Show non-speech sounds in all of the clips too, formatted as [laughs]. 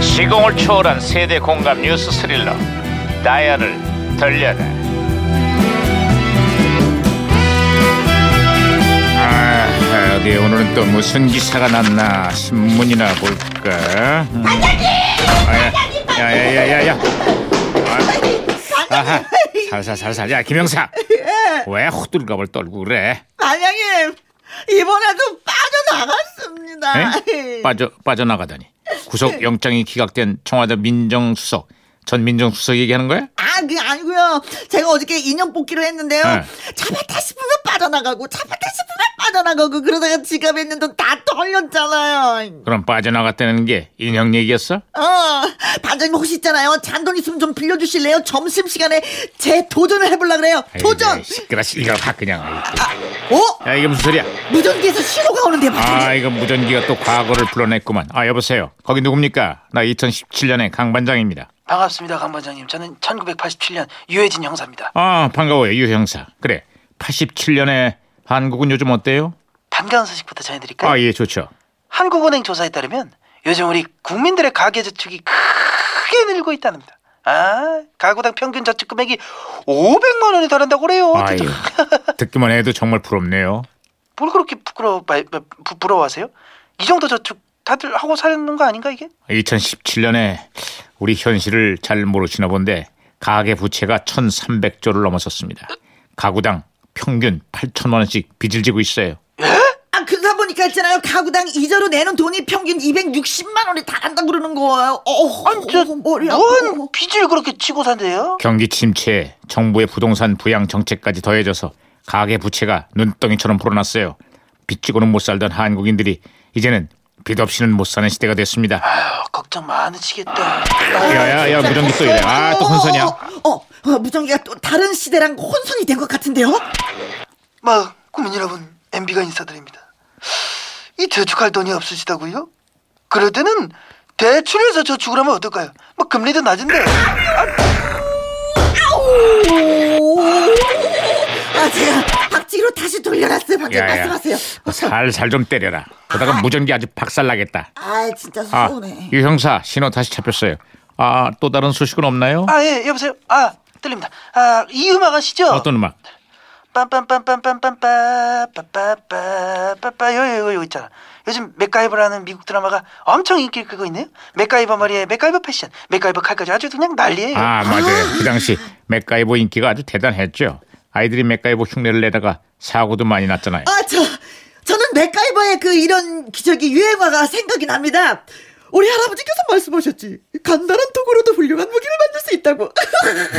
시공을 초월한 세대 공감 뉴스 스릴러 다이아를 돌려라 아, 어디 오늘은 또 무슨 기사가 났나 신문이나 볼까 반장님 야야야야야 아하 살살살살 야 김영사 왜 호들갑을 떨고 그래 반장님 이번에도 빠져나갔습니다. 에? 빠져 빠져나가다니 구속 영장이 기각된 청와대 민정수석 전 민정수석 얘기하는 거야? 아, 그게 아니고요. 제가 어저께 인형 뽑기로 했는데요. 네. 잡았다 싶으면 빠져나가고 잡았다 싶으면 빠져나가고 그러다가 지갑에 있는 돈 다 털렸잖아요. 그럼 빠져나갔다는 게 인형 얘기였어? 어, 반장님 혹시 있잖아요. 잔돈 있으면 좀 빌려주실래요? 점심시간에 제 도전을 해보려 그래요. 도전! 아이고, 시끄러 시끄러 확 그냥. 아이고. 어? 야 이게 무슨 소리야? 무전기에서 신호가 오는데 반장님. 아 이거 무전기가 또 과거를 불러냈구만. 아 여보세요. 거기 누굽니까? 나 2017년의 강 반장입니다. 반갑습니다, 강 반장님. 저는 1987년 유해진 형사입니다. 아 반가워요 유 형사. 그래 87년에 한국은 요즘 어때요? 반가운 소식부터 전해드릴까요? 아 예 좋죠. 한국은행 조사에 따르면 요즘 우리 국민들의 가계 저축이 크게 늘고 있다는니다 아, 가구당 평균 저축 금액이 500만 원에 달한다고 그래요. 아유 예. 듣기만 해도 정말 부럽네요. 뭘 그렇게 부끄러워, 마- 마- 부, 부러워하세요? 이 정도 저축 다들 하고 사는 거 아닌가 이게? 2017년에 우리 현실을 잘 모르시나 본데 가계 부채가 1,300조를 넘어섰습니다. 가구당 평균 8천만 원씩 빚을 지고 있어요. 아, 근사 보니까 있잖아요. 가구당 이자로 내는 돈이 평균 260만 원이 다 간다고 그러는 거예요. 어, 아니, 저, 머리 아파. 뭔 빚을 그렇게 지고 산대요? 경기 침체, 정부의 부동산 부양 정책까지 더해져서 가계 부채가 눈덩이처럼 불어났어요. 빚지고는 못 살던 한국인들이 이제는 빚 없이는 못 사는 시대가 됐습니다. 아유, 걱정 많으시겠다. 아, 야야야 무전기 또 이래. 아 또 혼선이야. 어, 어, 어, 어, 무전기가 또 다른 시대랑 혼선이 된 것 같은데요? 마 국민 여러분 MB가 인사드립니다 이 저축할 돈이 없으시다고요? 그럴 때는 대출해서 저축을 하면 어떨까요? 뭐 금리도 낮은데 오, 아, 제가 박지로 다시 돌려놨어요. 방금 말씀하세요. 어, 살살 좀 때려라. 그러다가 무전기 아주 박살 나겠다. 아, 진짜 아, 서운해. 유 형사 신호 다시 잡혔어요. 아, 또 다른 소식은 없나요? 아 예 여보세요 아 들립니다 아 이 음악 아시죠? 어떤 음악? 빰빰빰빰빰빰빰빠 빠빠빠빠빠 요요 요거 요거 있잖아 요즘 맥가이버라는 미국 드라마가 엄청 인기를 끄고 있네요 맥가이버 머리에 맥가이버 패션 맥가이버 칼까지 아주 그냥 난리예요 아, 맞아요. 그 당시 맥가이버 인기가 아주 대단했죠. 아이들이 맥가이버 흉내를 내다가 사고도 많이 났잖아요. 아, 저, 저는 맥가이버의 그 이런 기적이 유행화가 생각이 납니다. 우리 할아버지께서 말씀하셨지. 간단한 도구로도 훌륭한 무기를 만들 수 있다고.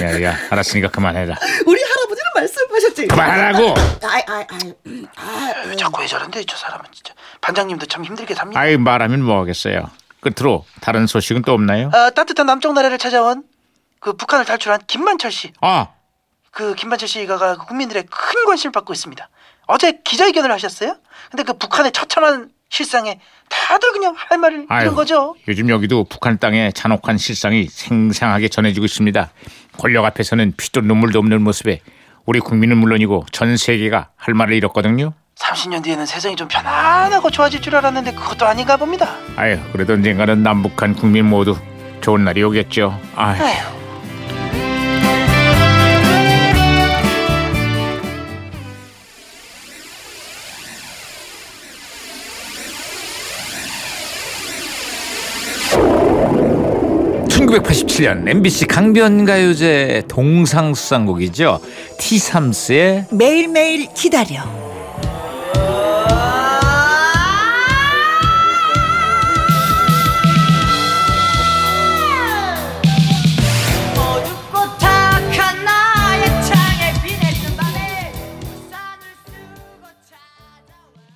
[laughs] 야, 야, 알았으니까 그만해라. 우리 할아버지는 말씀하셨지. 그만하라고. 아이, 아이, 아이. 음, 아, 음. 자꾸 왜 저런데 저 사람은 진짜 반장님도 참 힘들게 삽니다 아이, 말하면 뭐 하겠어요. 끝으로 다른 소식은 또 없나요? 아, 따뜻한 남쪽 나라를 찾아온 그 북한을 탈출한 김만철 씨. 아, 그 김만철 씨가 그 국민들의 큰 관심을 받고 있습니다. 어제 기자회견을 하셨어요? 근데 그 북한의 처참한 실상에 다들 그냥 할 말을 잃은 아유, 거죠. 요즘 여기도 북한 땅의 잔혹한 실상이 생생하게 전해지고 있습니다. 권력 앞에서는 피도 눈물도 없는 모습에 우리 국민은 물론이고 전 세계가 할 말을 잃었거든요. 30년 뒤에는 세상이 좀 편안하고 좋아질 줄 알았는데 그것도 아닌가 봅니다. 아유, 그래도 언젠가는 남북한 국민 모두 좋은 날이 오겠죠. 아유. 아휴. 년 MBC 강변가요제 동상수상곡이죠. 티삼스의 매일매일 기다려.